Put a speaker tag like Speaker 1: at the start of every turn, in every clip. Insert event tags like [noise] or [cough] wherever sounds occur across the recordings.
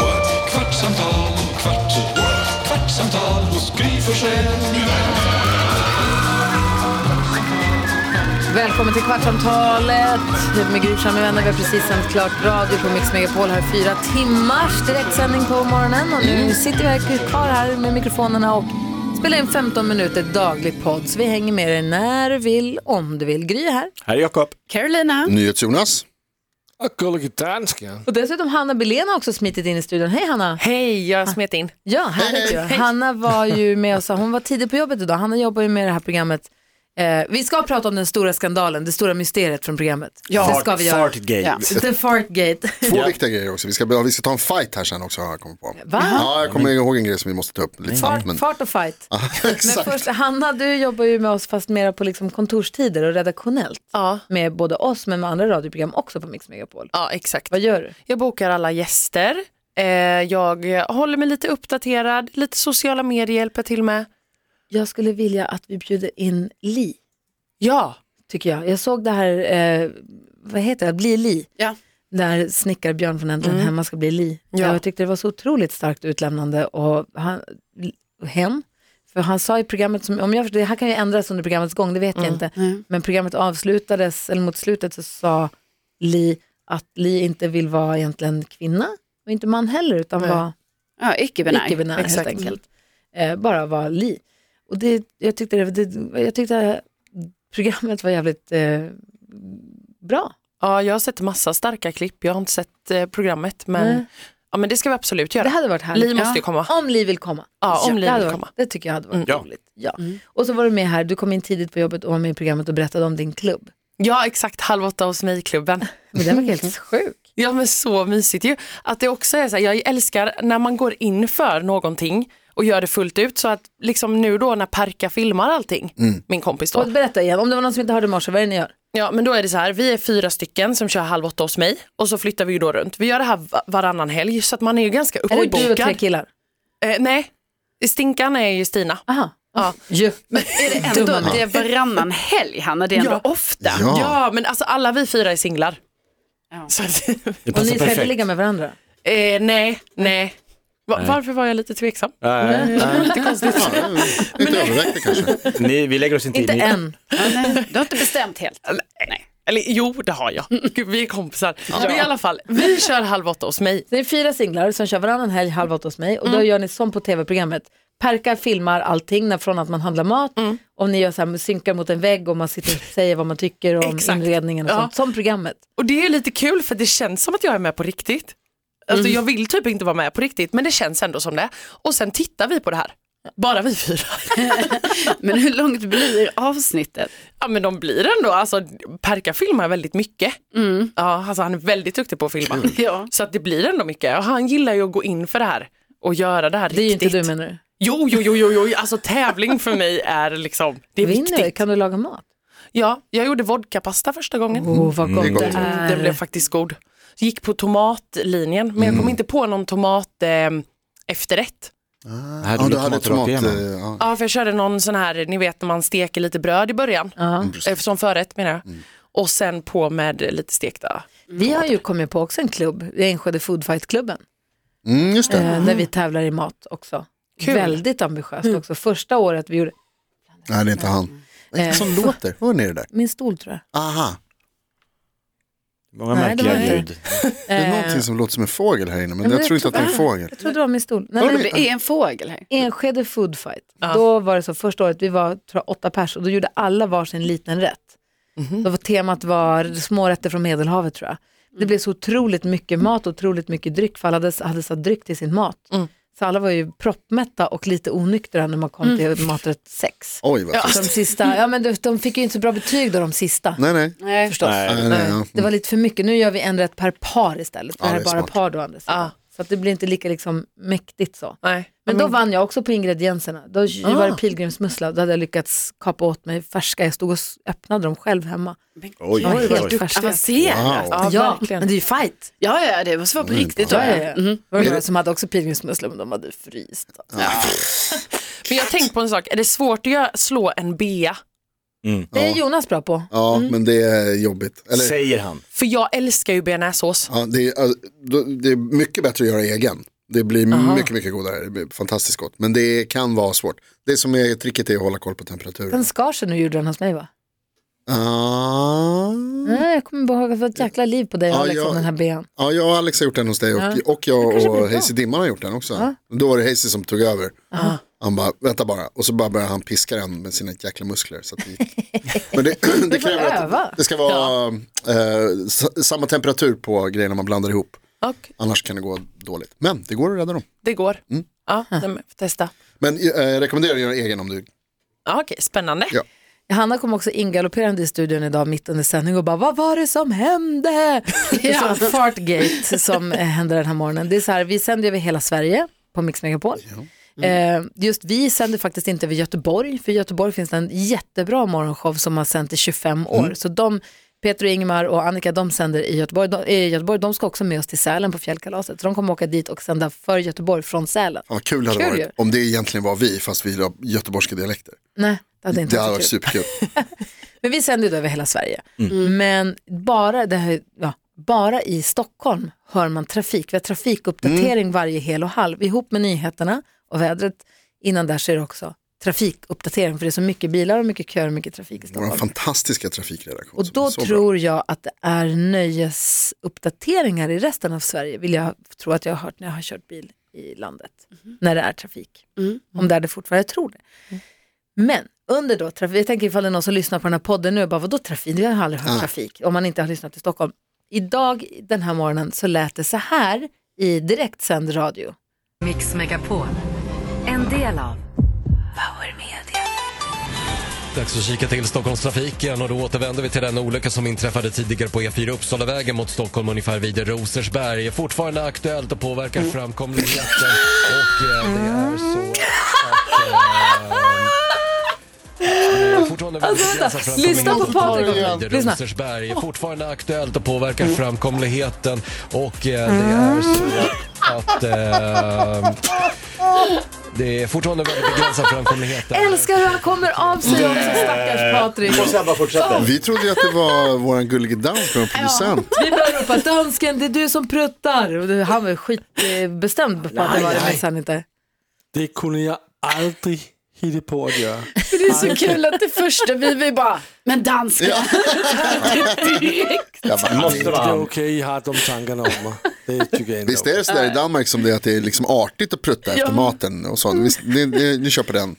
Speaker 1: what? kvartsamtal, kvart, what? kvartsamtal hos Gry Forssell med vänner.
Speaker 2: Välkommen till Kvartsamtalet med Gry Forssell med vänner. Vi har precis sänt klart radio på Mix Megapol här fyra timmars direktsändning på morgonen. Och nu sitter vi kvar här med mikrofonerna och spelar in 15 minuter daglig podd. Så vi hänger med dig när du vill, om du vill. Gry är här.
Speaker 3: Här är Jakob.
Speaker 2: Carolina.
Speaker 4: NyhetsJonas.
Speaker 3: Gullige dansken.
Speaker 2: Och dessutom Hanna Belén har också smitit in i studion. Hej Hanna! Ah.
Speaker 5: Hej, jag smet in.
Speaker 2: Ja, härligt ju. Hanna var ju med oss, hon var tidig på jobbet idag. Hanna jobbar ju med det här programmet. Eh, vi ska prata om den stora skandalen, det stora mysteriet från programmet.
Speaker 3: Ja,
Speaker 2: det ska vi göra.
Speaker 3: Fartgate.
Speaker 5: Ja.
Speaker 2: The Fartgate.
Speaker 4: Två viktiga grejer också. Vi ska, vi ska ta en fight här sen också har jag kommit på.
Speaker 2: Va?
Speaker 4: Ja, jag kommer ihåg en grej som vi måste ta upp lite snabbt. Men...
Speaker 2: Fart, fart och fight.
Speaker 4: [laughs]
Speaker 2: Men
Speaker 4: Exakt.
Speaker 2: först, Hanna, du jobbar ju med oss fast mera på liksom kontorstider och redaktionellt.
Speaker 5: Ja.
Speaker 2: Med både oss men med andra radioprogram också på Mix Megapol.
Speaker 5: Ja, exakt.
Speaker 2: Vad gör du?
Speaker 5: Jag bokar alla gäster. Eh, jag håller mig lite uppdaterad, lite sociala medier hjälper till med.
Speaker 2: Jag skulle vilja att vi bjuder in Li,
Speaker 5: Ja,
Speaker 2: tycker jag. Jag såg det här, eh, vad heter det, Bli Li.
Speaker 5: Ja.
Speaker 2: Där snickar Björn från Äntligen Hemma ska bli Li.
Speaker 5: Mm. Ja.
Speaker 2: Jag tyckte det var så otroligt starkt utlämnande och han, hen. För han sa i programmet, som, om jag förstår, det här kan ju ändras under programmets gång, det vet
Speaker 5: Mm.
Speaker 2: jag inte. Men programmet avslutades, eller mot slutet så sa Li att Li inte vill vara egentligen kvinna och inte man heller utan
Speaker 5: Nej.
Speaker 2: var
Speaker 6: Ja, icke-binär.
Speaker 2: icke-binär helt
Speaker 5: Exakt.
Speaker 2: enkelt. Eh, bara vara Li. Och det, jag, tyckte det, det, jag tyckte programmet var jävligt eh, bra.
Speaker 5: ja jag har sett massa starka klipp. Jag har inte sett eh, programmet men,
Speaker 2: Nej.
Speaker 5: ja, men det ska vi absolut
Speaker 2: Det
Speaker 5: göra.
Speaker 2: hade varit härligt.
Speaker 5: Li måste ju komma.
Speaker 2: Om Li vill komma.
Speaker 5: Ja, om Li
Speaker 2: det, hade
Speaker 5: vill
Speaker 2: varit,
Speaker 5: komma.
Speaker 2: det tycker jag hade
Speaker 5: Mm.
Speaker 2: varit
Speaker 3: Ja.
Speaker 2: roligt. Ja. Och så var du med här, du kom in tidigt på jobbet och var med i programmet och berättade om din klubb.
Speaker 5: Ja, exakt. Halv åtta hos mig i klubben.
Speaker 2: Men den var helt sjuk.
Speaker 5: [laughs] Ja men så mysigt ju. Att det också är så här, jag älskar när man går in för någonting och gör det fullt ut så att liksom nu då när Perka filmar allting, min kompis då.
Speaker 2: Och berätta igen, om det var någon som inte hörde i morse, vad är det ni gör?
Speaker 5: Ja men då är det så här, vi är fyra stycken som kör halv åtta hos mig och så flyttar vi ju då runt. Vi gör det här va- varannan helg så att man är ju ganska
Speaker 2: Är det du och
Speaker 5: uppbokad.
Speaker 2: tre killar?
Speaker 5: eh, nej, stinkan är ju Stina.
Speaker 2: Aha.
Speaker 5: Ja.
Speaker 2: Ju.
Speaker 6: Är
Speaker 5: [laughs]
Speaker 6: det ändå, det är
Speaker 2: Alltså,
Speaker 6: varannan helg Hanna, det är ändå ofta.
Speaker 4: Ja.
Speaker 5: Ja men alltså alla vi fyra är singlar.
Speaker 6: Ja.
Speaker 5: Så att, [laughs]
Speaker 3: Det
Speaker 2: Och
Speaker 3: passar
Speaker 2: ni ska inte
Speaker 3: perfekt.
Speaker 2: ligga med varandra?
Speaker 5: eh, nej, nej. Va- Varför var jag lite tveksam?
Speaker 3: Nej, nej.
Speaker 4: Ja, lite övervägt det kanske.
Speaker 3: Ni, vi lägger oss inte,
Speaker 2: Inte
Speaker 3: in. i-
Speaker 2: än.
Speaker 6: Ja, nej, du har inte bestämt helt.
Speaker 5: Eller jo, det
Speaker 2: [laughs]
Speaker 5: har jag. Gud, vi är kompisar. Men i alla fall, vi kör halv åtta hos mig.
Speaker 2: Så det är fyra singlar som kör varannan helg halv åtta hos mig och
Speaker 5: Mm.
Speaker 2: då gör ni som på tv-programmet. Perkar filmar allting när, från att man handlar mat
Speaker 5: Mm.
Speaker 2: och ni gör så här, synkar mot en vägg och man sitter och säger vad man tycker om
Speaker 5: [laughs] Exakt.
Speaker 2: inredningen och
Speaker 5: Ja.
Speaker 2: sånt. Som programmet.
Speaker 5: Och det är lite kul för det känns som att jag är med på riktigt. Alltså jag vill typ inte vara med på riktigt men det känns ändå som det. Och sen tittar vi på det här. Bara vi fyra.
Speaker 6: Men hur långt blir avsnittet?
Speaker 5: ja men de blir ändå, alltså Perka filmar väldigt mycket. Ja, alltså han är väldigt duktig på att filma.
Speaker 6: Ja.
Speaker 5: Så att det blir ändå mycket och han gillar ju att gå in för det här och göra det här
Speaker 2: Det är ju
Speaker 5: riktigt.
Speaker 2: inte du menar du?
Speaker 5: Jo, jo, jo, jo, jo, alltså tävling för mig är liksom, det är
Speaker 2: Vinner du?
Speaker 5: viktigt.
Speaker 2: Kan du laga mat?
Speaker 5: Ja, jag gjorde vodkapasta första gången.
Speaker 2: Åh, oh, vad gott
Speaker 4: Mm, Det är gott.
Speaker 2: det är.
Speaker 5: Den blev faktiskt god. Gick på tomatlinjen, men jag kom inte på någon tomat eh, efterrätt.
Speaker 3: Hade
Speaker 4: Ja,
Speaker 3: du
Speaker 4: du hade
Speaker 3: tomat rakt
Speaker 4: tomat.
Speaker 3: igenom?
Speaker 4: eh, Ja.
Speaker 5: Ja, för jag körde någon sån här, ni vet när man steker lite bröd i början,
Speaker 2: Ja.
Speaker 5: eh, som förrätt menar jag. Och sen på med lite stekta.
Speaker 2: Vi har ju kommit på också en klubb, Ensköde Food Fight-klubben,
Speaker 4: Mm, just det.
Speaker 2: eh, där vi tävlar i mat också.
Speaker 5: Kul.
Speaker 2: Väldigt ambitiöst också. Första året vi gjorde,
Speaker 4: Nej, det är inte han. Det är
Speaker 2: Eh.
Speaker 4: inte som låter. Hör ni det där?
Speaker 2: min stol tror jag.
Speaker 4: Aha,
Speaker 3: Många
Speaker 2: Nej, det var
Speaker 3: märkliga
Speaker 2: inte.
Speaker 3: ljud.
Speaker 4: det
Speaker 2: Eh.
Speaker 4: är någonting som låter som en fågel här inne, men jag tror inte att det är en fågel.
Speaker 2: Jag tror det var min stol. Nej,
Speaker 4: Var
Speaker 2: men-
Speaker 4: det-
Speaker 6: Det är en fågel här.
Speaker 2: Enskede Food Fight, då var det så första året, vi var tror jag, åtta pers och då gjorde alla varsin liten rätt.
Speaker 6: Mhm.
Speaker 2: Då var temat var smårätter från Medelhavet tror jag. Det blev så otroligt mycket mat och otroligt mycket dryck för alla hade, hade satt dryck till sin mat.
Speaker 6: Mm.
Speaker 2: Så alla var ju proppmätta och lite onyktra när man kom
Speaker 6: Mm.
Speaker 2: till maträtt sex.
Speaker 4: Oj, vad
Speaker 2: De
Speaker 4: trist.
Speaker 2: sista, ja men du, de fick ju inte så bra betyg då de sista.
Speaker 4: Nej, nej.
Speaker 6: Nej.
Speaker 2: Förstås.
Speaker 3: Nej.
Speaker 4: nej, nej, ja.
Speaker 2: Det var lite för mycket, nu gör vi en rätt per par istället. För
Speaker 4: Ja,
Speaker 2: det här är
Speaker 4: det är
Speaker 2: bara
Speaker 4: smart.
Speaker 2: par då andra sidan.
Speaker 5: Ja.
Speaker 2: Så att det blir inte lika liksom, mäktigt så.
Speaker 5: Nej. Mm.
Speaker 2: Men Ah. då vann jag också på ingredienserna. Då var det pilgrimsmussla, då hade jag lyckats kapa åt mig färska. Jag stod och s- öppnade dem själv hemma.
Speaker 4: Oj,
Speaker 2: Ja, det
Speaker 4: oj,
Speaker 2: var
Speaker 4: oj.
Speaker 2: helt färska.
Speaker 6: Avancerat.
Speaker 5: Ja,
Speaker 2: Ja, men
Speaker 5: verkligen.
Speaker 2: det är ju fight.
Speaker 6: Ja, ja, det var så på riktigt. Då.
Speaker 2: Ja, ja, ja.
Speaker 6: Mm.
Speaker 2: Det var några som hade också pilgrimsmussla, men de hade fryst.
Speaker 5: Men jag har tänkt på en sak, är det svårt att göra, slå en bea?
Speaker 3: Mm.
Speaker 2: Det är Jonas bra på.
Speaker 4: Ja, men det är jobbigt. Eller,
Speaker 3: Säger han.
Speaker 5: För jag älskar ju bearnaisesås.
Speaker 4: ja, det, är, alltså, då- det är mycket bättre att göra egen. Det blir mycket, mycket godare. Det blir fantastiskt gott. Men det kan vara svårt. Det som är tricket är att hålla koll på temperaturen.
Speaker 2: Den skar sig nu gjorde den hos mig va?
Speaker 4: Ah.
Speaker 2: Nej, jag kommer bara ihåg att det var ett jäkla liv på dig
Speaker 4: Ja,
Speaker 2: Alex
Speaker 4: jag-
Speaker 2: om den här ben.
Speaker 4: Ja, jag och Alex har gjort den hos dig och, och jag och Hayes i Dimman har gjort den också. Då var det Hayes som tog över. Han bara, vänta bara, och så bara började han piska den med sina jäkla muskler. Så att det, men det, [clears throat] det kräver
Speaker 2: öva.
Speaker 4: att det ska vara eh, s- samma temperatur på grejerna man blandar ihop.
Speaker 5: Och
Speaker 4: Annars kan det gå dåligt. Men det går att rädda dem.
Speaker 5: det går. Ja, nej, men testa.
Speaker 4: Men eh, jag rekommenderar att göra egen om du...
Speaker 5: Ja, okej, spännande.
Speaker 4: Ja.
Speaker 2: Hanna kom också ingalopperande i studion idag mitt under sändning och bara vad var det som hände? Det är sån fartgate som eh, hände den här morgonen. Det är så här, vi sänder över hela Sverige på Mix Megapol.
Speaker 4: Mm.
Speaker 2: Eh, just vi sänder faktiskt inte över Göteborg, för i Göteborg finns det en jättebra morgonshow som har sänt i 25 år.
Speaker 4: Mm.
Speaker 2: Så de, Peter och Ingemar och Annika, de sänder i Göteborg. De, i Göteborg. de ska också med oss till Sälen på Fjällkalaset. Så de kommer åka dit och sända för Göteborg från Sälen.
Speaker 4: Ja, kul hade
Speaker 2: Kul
Speaker 4: varit
Speaker 2: ju.
Speaker 4: om det egentligen var vi fast vi la göteborgska dialekter.
Speaker 2: Nej, det hade inte
Speaker 4: Det hade
Speaker 2: varit
Speaker 4: varit
Speaker 2: kul.
Speaker 4: superkul.
Speaker 2: Men vi sänder ju då över hela Sverige. Men bara, det här, ja, bara i Stockholm hör man trafik. Vi har trafikuppdatering varje hel och halv ihop med nyheterna och vädret. Innan där så är det också trafikuppdatering för det är så mycket bilar och mycket köer och mycket trafik i
Speaker 4: Vår
Speaker 2: [laughs] Stockholm.
Speaker 4: fantastiska trafikredaktion.
Speaker 2: Och
Speaker 4: som
Speaker 2: då
Speaker 4: är så bra.
Speaker 2: tror jag att det är nöjesuppdateringar i resten av Sverige, vill jag tro att jag har hört när jag har kört bil i landet, när det är trafik. Om det är det fortfarande, jag tror det. Men under då trafik, jag tänker ifall det är någon som lyssnar på den här podden nu, och bara vadå trafik, jag har aldrig
Speaker 4: Ah.
Speaker 2: hört trafik, om man inte har lyssnat i Stockholm. Idag, den här morgonen, så lät det så här i direktsänd radio.
Speaker 7: Mix Megapol. En del av Power Media.
Speaker 8: Dags att kika till Stockholmstrafiken och då återvänder vi till den olycka som inträffade tidigare på E4 Uppsalavägen mot Stockholm ungefär vid Rosersberg. Är fortfarande aktuellt och påverkar
Speaker 2: Mm.
Speaker 8: framkomligheten och eh, det är så att... eh, fortfarande väldigt begränsad framkomlighet
Speaker 2: Alltså, lyssna på
Speaker 8: och påverkar
Speaker 2: Patrik.
Speaker 8: vid
Speaker 2: Lyssna. Mm.
Speaker 8: Rosersberg. Är fortfarande aktuellt och påverkar framkomligheten och eh, det är så att... eh, det är fortfarande väldigt begränsad framkomlighet. där.
Speaker 2: Älskar hur han kommer av sig också, stackars Patrik.
Speaker 3: Och sen bara fortsätter.
Speaker 4: Vi trodde ju att det var våran gullige
Speaker 2: [laughs]
Speaker 4: Dan från producent.
Speaker 2: Vi började ropa dansken, det är du som pruttar. Och det- han var skitbestämd på att det var det, men sen inte.
Speaker 3: Det kunde jag aldrig hitta på att göra.
Speaker 6: Det är så kul att det första vi, vi bara, men danska.
Speaker 4: Jag bara, "Mm,
Speaker 3: Det är okej, jag har de tankarna om mig. Det typ tycker jag inte
Speaker 4: Visst är det sådär i Danmark som det är att det är liksom artigt att prutta efter maten och sånt. Visst, ni, ni, ni köper den.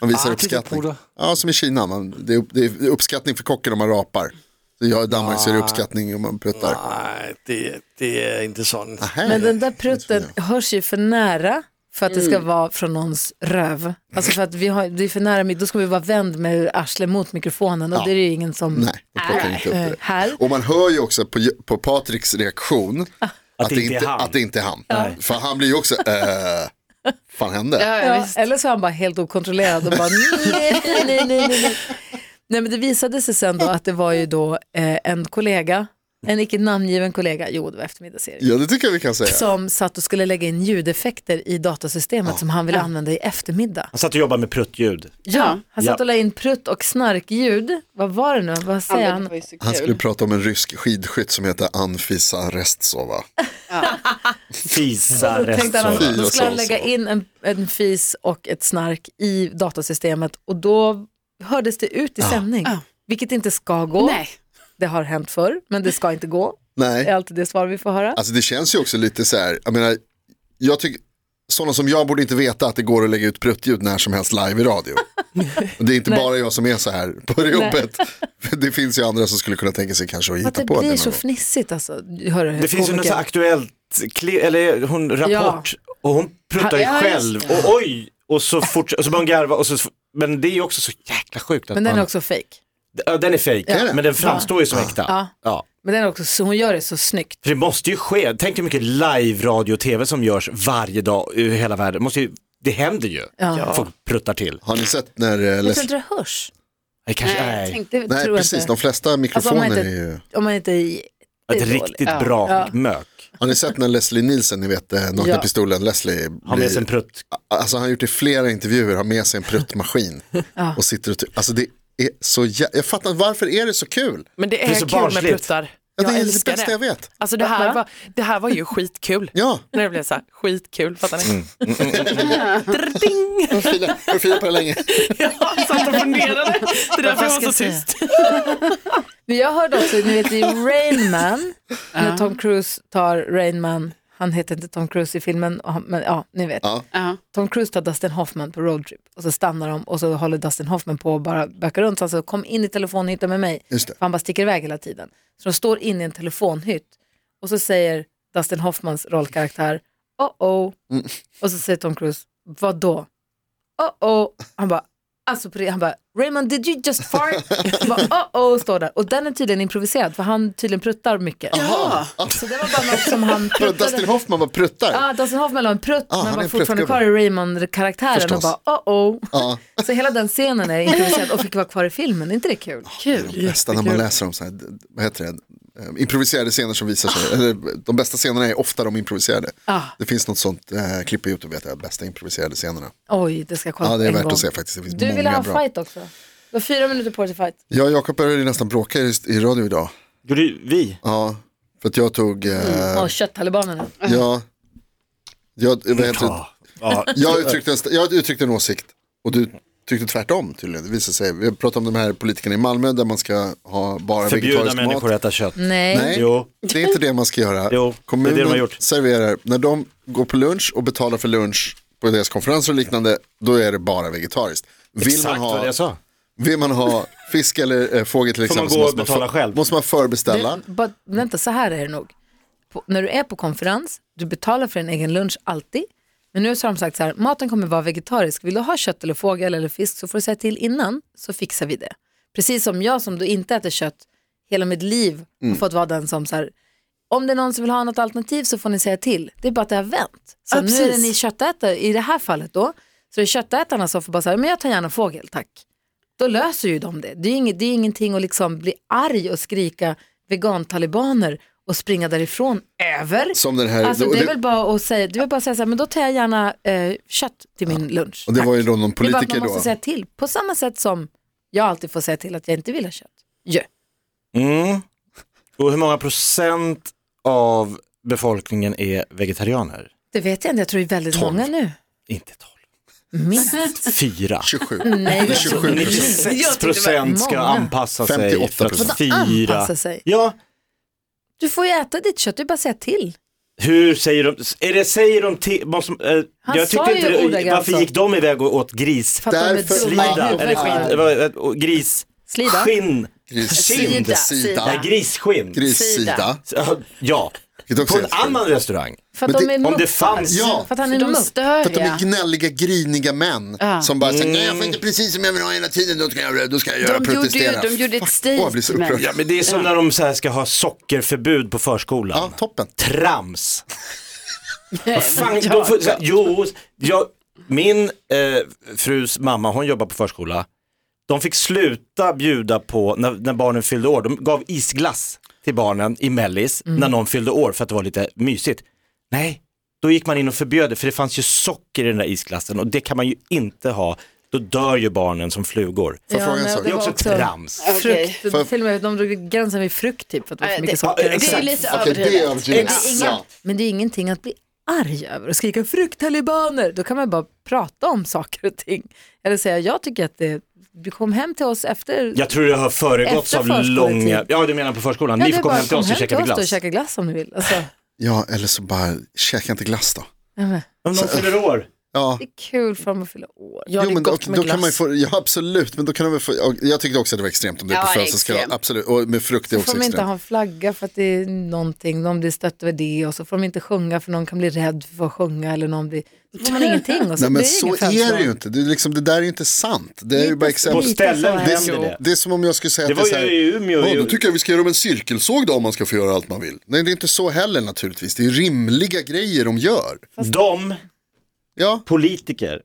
Speaker 4: Man visar
Speaker 3: Artigt att
Speaker 4: uppskattning.
Speaker 3: prutta.
Speaker 4: Ja, som i Kina. Man, det, är, upp- det är uppskattning för kocken om man rapar. Så jag I Danmark så är det uppskattning om man pruttar.
Speaker 3: Nej, det, det är inte sånt.
Speaker 4: Här.
Speaker 2: Men den där prutten hörs ju för nära för att det
Speaker 6: Mm.
Speaker 2: ska vara från någons röv. Alltså för att vi har, det är för nära, mitt- då ska vi vara vänd med arslet mot mikrofonen och det är ju ingen som...
Speaker 4: Nej, då pruttar inte upp
Speaker 2: Eh,
Speaker 4: det.
Speaker 2: Här.
Speaker 4: Och man hör ju också på, på
Speaker 2: [laughs]
Speaker 4: Patriks reaktion att,
Speaker 3: det inte är han.
Speaker 4: att det inte är han. För han blir ju också, äh, fan hände?
Speaker 2: Ja, eller så är han bara helt okontrollerad och bara nej, nej, nej, nej, nej. Nej men det visade sig sen då att det var ju då eh, en kollega, en icke namngiven kollega, jo det var eftermiddagsserie.
Speaker 4: Ja, det tycker jag vi kan säga.
Speaker 2: som satt och skulle lägga in ljudeffekter i datasystemet som han ville använda i eftermiddag.
Speaker 3: Han satt och jobbade med pruttljud.
Speaker 2: Ja, han satt
Speaker 3: Ja.
Speaker 2: och la in prutt och snarkljud. Vad var det nu? Vad säger han?
Speaker 4: Han skulle prata om en rysk skidskytt som heter Anfisa Restsova.
Speaker 3: Fisa
Speaker 2: Då tänkte han
Speaker 4: Fy,
Speaker 2: att då
Speaker 4: jag
Speaker 2: skulle han
Speaker 4: sa
Speaker 2: lägga
Speaker 4: så.
Speaker 2: in en, en fis och ett snark i datasystemet och då hördes det ut i sändning. Vilket inte ska gå.
Speaker 6: Nej.
Speaker 2: Det har hänt förr, men det ska inte gå.
Speaker 4: Nej.
Speaker 2: Det är alltid det svar vi får höra.
Speaker 4: Alltså det känns ju också lite så här, jag menar, jag tycker, sådana som jag borde inte veta att det går att lägga ut pruttljud när som helst live
Speaker 2: [laughs]
Speaker 4: i radio. Och det är inte bara jag som är så här på jobbet. Det finns ju andra som skulle kunna tänka sig kanske att
Speaker 2: Att
Speaker 4: hitta
Speaker 2: det
Speaker 4: på det.
Speaker 2: blir
Speaker 4: någon
Speaker 2: så
Speaker 4: gång.
Speaker 2: fnissigt alltså. Hör du,
Speaker 8: Det finns ju något så
Speaker 2: komiker?
Speaker 8: här aktuellt, kli- eller hon, rapport, och hon pruttar ju
Speaker 6: Ja,
Speaker 8: själv,
Speaker 6: just
Speaker 8: och oj, och så fort, och så börjar hon garva, och så, f- men det är ju också så jäkla sjukt att
Speaker 2: Men den
Speaker 8: man,
Speaker 2: är också fake.
Speaker 8: ja, den är fejk,
Speaker 4: Är det?
Speaker 8: men den framstår ju som äkta.
Speaker 2: Ja.
Speaker 8: Ja.
Speaker 2: Men den är också, så hon gör det så snyggt.
Speaker 9: För det måste ju ske, tänk hur mycket live radio och tv som görs varje dag i hela världen. Måste ju, det händer ju,
Speaker 2: Ja.
Speaker 9: folk pruttar till.
Speaker 4: Har ni sett när... eh,
Speaker 2: Jag tror inte det hörs.
Speaker 9: Nej, kanske,
Speaker 2: Nej, jag
Speaker 9: nej.
Speaker 2: tänkte- Nej, tror jag precis. inte. Alltså,
Speaker 4: De flesta mikrofoner
Speaker 2: inte-
Speaker 4: är ju...
Speaker 2: Om man inte är i- det är dåligt. Ja.
Speaker 9: mök.
Speaker 4: Har ni sett när Leslie Nielsen, ni vet eh, nakna
Speaker 2: Ja.
Speaker 4: pistolen, Leslie.
Speaker 9: Har med sig en prutt.
Speaker 4: Alltså han har gjort det i flera intervjuer, har med sig en pruttmaskin.
Speaker 2: [laughs] Ja.
Speaker 4: och sitter och ty- alltså det är så jä- jag fattar inte, varför är det så kul?
Speaker 5: Men det är, kul med pruttar.
Speaker 4: Ja, det är det
Speaker 5: älskar
Speaker 4: bästa jag vet.
Speaker 5: Alltså det här, var, det här var
Speaker 4: [laughs]
Speaker 5: ju skitkul.
Speaker 4: Ja.
Speaker 5: När det blev så här, skitkul, fattar ni?
Speaker 4: Mm.
Speaker 5: [laughs]
Speaker 4: Vad fila- vad fila på det länge.
Speaker 5: Jag satt och funderade. Det är därför jag var så
Speaker 2: säga.
Speaker 5: tyst.
Speaker 2: Men jag hörde också, ni vet i
Speaker 4: [laughs]
Speaker 2: Rain Man, när Tom Cruise tar Rain Man, han heter inte Tom Cruise i filmen, och han- men ja, ni vet.
Speaker 4: Ja.
Speaker 2: Tom Cruise tar Dustin Hoffman på roadtrip och så stannar de och så håller Dustin Hoffman på och bara bökar runt. Så han sa, kom in i telefonhytten med mig.
Speaker 4: Just det.
Speaker 2: För han bara sticker iväg hela tiden. Så de står inne i en telefonhytt och så säger Dustin Hoffmans rollkaraktär, oh oh.
Speaker 4: Mm.
Speaker 2: Och så säger Tom Cruise, vad då? Oh oh. Han bara, alltså på det, han bara, Raymond did you just fart? Han
Speaker 4: [laughs]
Speaker 2: bara, oh oh står där. Och den är tydligen improviserad för han tydligen pruttar mycket.
Speaker 4: Jaha.
Speaker 2: Så det var bara något som han pruttade.
Speaker 4: Dustin Hoffman bara pruttar.
Speaker 2: Ja, Dustin Hoffman la en prutt
Speaker 4: Ah, han
Speaker 2: men
Speaker 4: är
Speaker 2: var
Speaker 4: en
Speaker 2: fortfarande
Speaker 4: pruttgubbe.
Speaker 2: kvar i Raymond-karaktären och
Speaker 4: Förstås.
Speaker 2: bara oh oh.
Speaker 4: Ja.
Speaker 2: [laughs] Så hela den scenen är improviserad och fick vara kvar i filmen, är inte det kul?
Speaker 4: Det bästa när man läser om så här, d- d- vad heter det, eh, improviserade scener som visar sig, eller de bästa scenerna är ofta de improviserade.
Speaker 2: Ah.
Speaker 4: Det finns något sånt eh, klipp på YouTube, vet jag, bästa improviserade scenerna.
Speaker 2: Oj, det ska jag kolla
Speaker 4: Ja,
Speaker 2: på
Speaker 4: det är
Speaker 2: en
Speaker 4: värt
Speaker 2: gång.
Speaker 4: att se faktiskt, det finns
Speaker 2: Du ville
Speaker 4: många
Speaker 2: ha
Speaker 4: bra.
Speaker 2: fight också. Du har fyra minuter på dig till fight.
Speaker 4: Jag och Jakob började ju nästan bråka i, i radio idag.
Speaker 9: Gjorde vi?
Speaker 4: Ja, för att jag tog, eh,
Speaker 2: Åh, kötttalibanerna.
Speaker 4: ja, jag, vad heter det?
Speaker 9: [laughs] Ja.
Speaker 4: jag, uttryckte en, st- jag uttryckte en åsikt och du tyckte tvärtom tydligen. Det visade sig, vi pratade om de här politikerna i Malmö där man ska ha bara
Speaker 9: Förbjuda
Speaker 4: vegetarisk mat.
Speaker 9: människor att äta kött.
Speaker 2: Nej.
Speaker 4: Nej,
Speaker 9: Jo.
Speaker 4: det är inte det man ska göra.
Speaker 9: Jo, det är
Speaker 4: Kommunen
Speaker 9: det de har gjort.
Speaker 4: serverar, när de går på lunch och betalar för lunch på deras konferenser och liknande, då är det bara vegetariskt. Vill
Speaker 9: Exakt
Speaker 4: man ha,
Speaker 9: vad jag sa.
Speaker 4: Vill man ha fisk eller eh, fågel till
Speaker 9: Får man
Speaker 4: exempel
Speaker 9: gå
Speaker 4: så
Speaker 9: och
Speaker 4: måste,
Speaker 9: betala
Speaker 4: för-
Speaker 9: själv?
Speaker 4: måste man förbeställa.
Speaker 2: Du, but, vänta, så här är det nog. På, när du är på konferens, du betalar för din egen lunch alltid. Men nu så har de sagt så här, maten kommer vara vegetarisk. Vill du ha kött eller fågel eller fisk så får du säga till innan så fixar vi det. Precis som jag som då inte äter kött hela mitt liv har fått vara den som så här, om det är någon som vill ha något alternativ så får ni säga till. Det är bara att det har vänt. Så
Speaker 5: Ja,
Speaker 2: nu är det
Speaker 5: precis.
Speaker 2: ni köttätare, i det här fallet då, så är det köttätarna som får bara säga, men jag tar gärna fågel, tack. Då löser ju de det. Det är, ju inget, det är ingenting att liksom bli arg och skrika vegantalibaner och springa därifrån över.
Speaker 4: Som den här,
Speaker 2: Alltså,
Speaker 4: eh, och
Speaker 2: det är
Speaker 4: det-
Speaker 2: väl bara att säga, det är väl bara att säga så här, men då tar jag gärna eh, kött till min lunch.
Speaker 4: Och det
Speaker 2: tack."
Speaker 4: var ju då någon
Speaker 2: det är bara att
Speaker 4: politiker
Speaker 2: man måste
Speaker 4: då.
Speaker 2: säga till, på samma sätt som jag alltid får säga till att jag inte vill ha kött.
Speaker 9: Mm. Och hur många procent av befolkningen är vegetarianer?
Speaker 2: Det vet jag inte, jag tror det är väldigt
Speaker 9: Tolv.
Speaker 2: många nu.
Speaker 9: Inte
Speaker 2: Minst. Alltså,
Speaker 9: Fyra.
Speaker 4: 27.
Speaker 2: Nej,
Speaker 4: 27
Speaker 9: 96 procent ska anpassa sig för
Speaker 4: 58%.
Speaker 9: att
Speaker 2: Vadå
Speaker 9: fira.
Speaker 2: Alltså, anpassa sig?
Speaker 9: Ja,
Speaker 2: Du får ju äta ditt kött, du bara att säga till.
Speaker 9: hur säger de? Är det säger de till? Måste, eh,
Speaker 2: Han
Speaker 9: jag
Speaker 2: sa
Speaker 9: tyckte
Speaker 2: ju
Speaker 9: inte det,
Speaker 2: ordagrant
Speaker 9: varför
Speaker 2: så.
Speaker 9: gick de iväg och åt gris?
Speaker 2: För att de är
Speaker 4: Därför-
Speaker 2: dumma i
Speaker 9: Slida,
Speaker 2: huvudet.
Speaker 9: eller
Speaker 2: Ja.
Speaker 9: skit, vad- vad- eh, och gris,
Speaker 2: Slida.
Speaker 9: skinn,
Speaker 4: Gris-
Speaker 9: kind,
Speaker 4: Sida.
Speaker 9: Nej, grisskinn.
Speaker 4: Grissida.
Speaker 9: Så, Ja,
Speaker 4: Vilket också
Speaker 9: på en
Speaker 4: är fel.
Speaker 9: annan restaurang.
Speaker 2: För att
Speaker 4: Men
Speaker 2: de
Speaker 4: det-
Speaker 2: är
Speaker 9: om det
Speaker 2: muppar.
Speaker 9: fanns-
Speaker 4: Ja.
Speaker 2: För att han är
Speaker 6: De
Speaker 2: mupp.
Speaker 4: För att de
Speaker 6: störiga.
Speaker 4: är gnälliga, griniga män som bara säger, nej jag får inte precis som jag vill ha hela tiden, då ska jag, då ska jag göra
Speaker 6: De gjorde ju-
Speaker 4: protestera.
Speaker 6: de gjorde ett
Speaker 4: Fuck,
Speaker 6: statement.
Speaker 4: åh, jag blir så upprörd.
Speaker 9: Ja, men det är som när de så här ska ha sockerförbud på förskolan.
Speaker 4: Ja, toppen.
Speaker 9: Trams. Vad fan, de får, så, här, jo, jag, min eh, frus mamma, hon jobbar på förskola. De fick sluta bjuda på, när, när barnen fyllde år, de gav isglass till barnen i mellis
Speaker 4: Mm.
Speaker 9: när någon fyllde år för att det var lite mysigt. Nej, då gick man in och förbjöd det för det fanns ju socker i den där isglassen och det kan man ju inte ha. Då dör ju barnen som flugor.
Speaker 4: Får jag fråga en
Speaker 2: men
Speaker 4: sak?
Speaker 2: det
Speaker 9: Det är
Speaker 2: var
Speaker 9: också
Speaker 2: också-
Speaker 9: trams.
Speaker 2: Frukt,
Speaker 4: För-
Speaker 2: till och med, de drog gränsen vid frukt typ för att det var
Speaker 6: Nej,
Speaker 2: för
Speaker 6: det-
Speaker 2: mycket socker. i
Speaker 9: Ja,
Speaker 2: det.
Speaker 6: Det är ju
Speaker 9: Exakt.
Speaker 6: lite
Speaker 4: Okej, det är
Speaker 6: överdrivet.
Speaker 4: överdrivet.
Speaker 2: Men det är inga-
Speaker 4: Ja.
Speaker 2: Men det är ingenting att bli arg över och skrika frukttalibaner. Då kan man bara prata om saker och ting. Eller säga, jag tycker att det, du kom hem till oss efter.
Speaker 9: Jag tror det har föregåtts
Speaker 2: Efter
Speaker 9: av
Speaker 2: förskoletid.
Speaker 9: långa, ja du menar på förskolan,
Speaker 2: Ja,
Speaker 9: ni
Speaker 2: det
Speaker 9: får
Speaker 2: är
Speaker 9: komma
Speaker 2: bara,
Speaker 9: hem till
Speaker 2: kom
Speaker 9: oss
Speaker 2: hem
Speaker 9: och käka
Speaker 2: till
Speaker 9: glass.
Speaker 2: då och käka glass om du vill. Alltså, [laughs]
Speaker 4: Ja, eller så bara, käka inte glass då.
Speaker 2: ja, men.
Speaker 9: Om någon fyller år.
Speaker 4: Ja.
Speaker 2: Det är kul för dem att fylla år.
Speaker 4: jo, men då, då kan man ju få, ja absolut, men då kan de väl få, och jag tyckte också att det var extremt om det är
Speaker 2: Ja,
Speaker 4: på
Speaker 2: det är
Speaker 4: födelsedagskalas,
Speaker 2: extremt.
Speaker 4: absolut, och med frukt är
Speaker 2: Så
Speaker 4: också
Speaker 2: får de inte
Speaker 4: extremt.
Speaker 2: ha en flagga för att det är någonting, någon blir stött över det och så får de inte sjunga för någon kan bli rädd för att sjunga eller någon blir, så får man ingenting och så blir
Speaker 4: Nej men
Speaker 2: alltså, det
Speaker 4: så
Speaker 2: ingen födelsedag.
Speaker 4: är det ju inte, det, är liksom, det där är ju inte sant. Det är ju bara exempel.
Speaker 9: På ställen händer det.
Speaker 4: Det är som om jag skulle säga
Speaker 9: Det
Speaker 4: att det är
Speaker 9: var
Speaker 4: så här,
Speaker 9: ju i Umeå,
Speaker 4: "Ja,
Speaker 9: i-
Speaker 4: Då tycker jag vi ska göra dem en cirkelsåg då om man ska få göra allt man vill. Nej det är inte så heller naturligtvis, det är rimliga grejer de gör.
Speaker 9: De, politiker,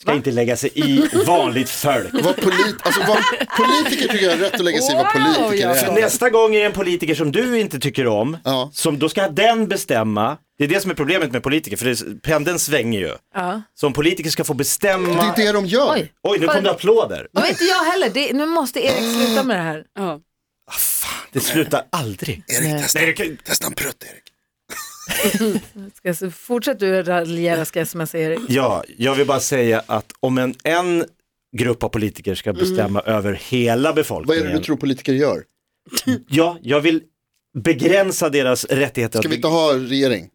Speaker 9: ska inte lägga sig i vanligt folk.
Speaker 2: [laughs]
Speaker 4: Vad polit, alltså, vad, politiker tycker jag har rätt att lägga sig i vad politiker
Speaker 9: För
Speaker 4: är.
Speaker 9: nästa gång är det en politiker som du inte tycker om, som, då ska den bestämma. Det är det som är problemet med politiker, för det, är- pendeln svänger ju.
Speaker 2: Ja.
Speaker 9: Så om politiker ska få bestämma.
Speaker 4: Det är det de gör.
Speaker 2: Oj.
Speaker 9: Oj, nu kom det applåder.
Speaker 2: Och inte jag heller, det, nu måste Erik sluta med det här.
Speaker 9: Det slutar aldrig.
Speaker 4: Erik, testa,
Speaker 9: Nej, kan...
Speaker 4: testa en prutt Erik.
Speaker 2: Ska jag, så- fortsätt du raljera ska jag smsa Erik.
Speaker 9: Ja, jag vill bara säga att om en, en grupp av politiker ska bestämma över hela befolkningen.
Speaker 4: Mm. Vad är det du tror politiker gör?
Speaker 9: Ja, jag vill begränsa deras rättigheter.
Speaker 4: Ska vi inte ha regering?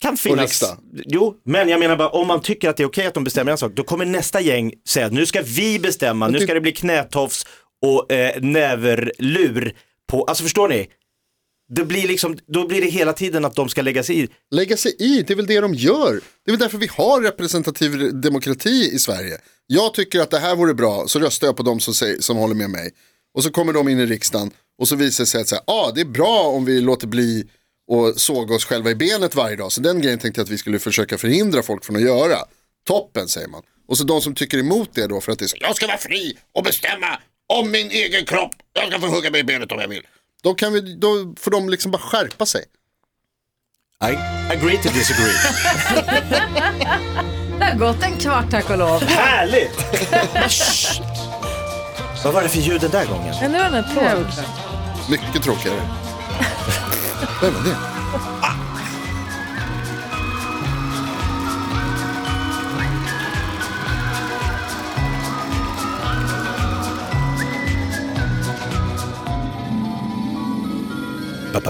Speaker 9: Kan
Speaker 4: Och
Speaker 9: finnas.
Speaker 4: riksdag?
Speaker 9: Jo, men jag menar bara om man tycker att det är okej att de bestämmer en sak, då kommer nästa gäng säga att nu ska vi bestämma, nu ska det bli knätofs och eh, näverlur på, alltså förstår ni? Det blir liksom, då blir det hela tiden att de ska lägga sig i.
Speaker 4: Lägga sig i, det är väl det de gör. Det är väl därför vi har representativ demokrati i Sverige. Jag tycker att det här vore bra, så röstar jag på de som, säger, som håller med mig. Och så kommer de in i riksdagen och så visar det sig att så här, ah, det är bra om vi låter bli och såga oss själva i benet varje dag. Så den grejen tänkte jag att vi skulle försöka förhindra folk från att göra. Toppen säger man. Och så de som tycker emot det då för att det är så, jag ska vara fri och bestämma om min egen kropp. Jag ska få hugga mig i benet om jag vill. Då, kan vi, då får de liksom bara skärpa sig.
Speaker 9: I agree to disagree.
Speaker 2: Det har gått en kvart tack och lov.
Speaker 9: Härligt! Vad var det för ljud den där gången?
Speaker 2: Men nu är den applåd.
Speaker 4: Mycket tråkigare. Vem var det?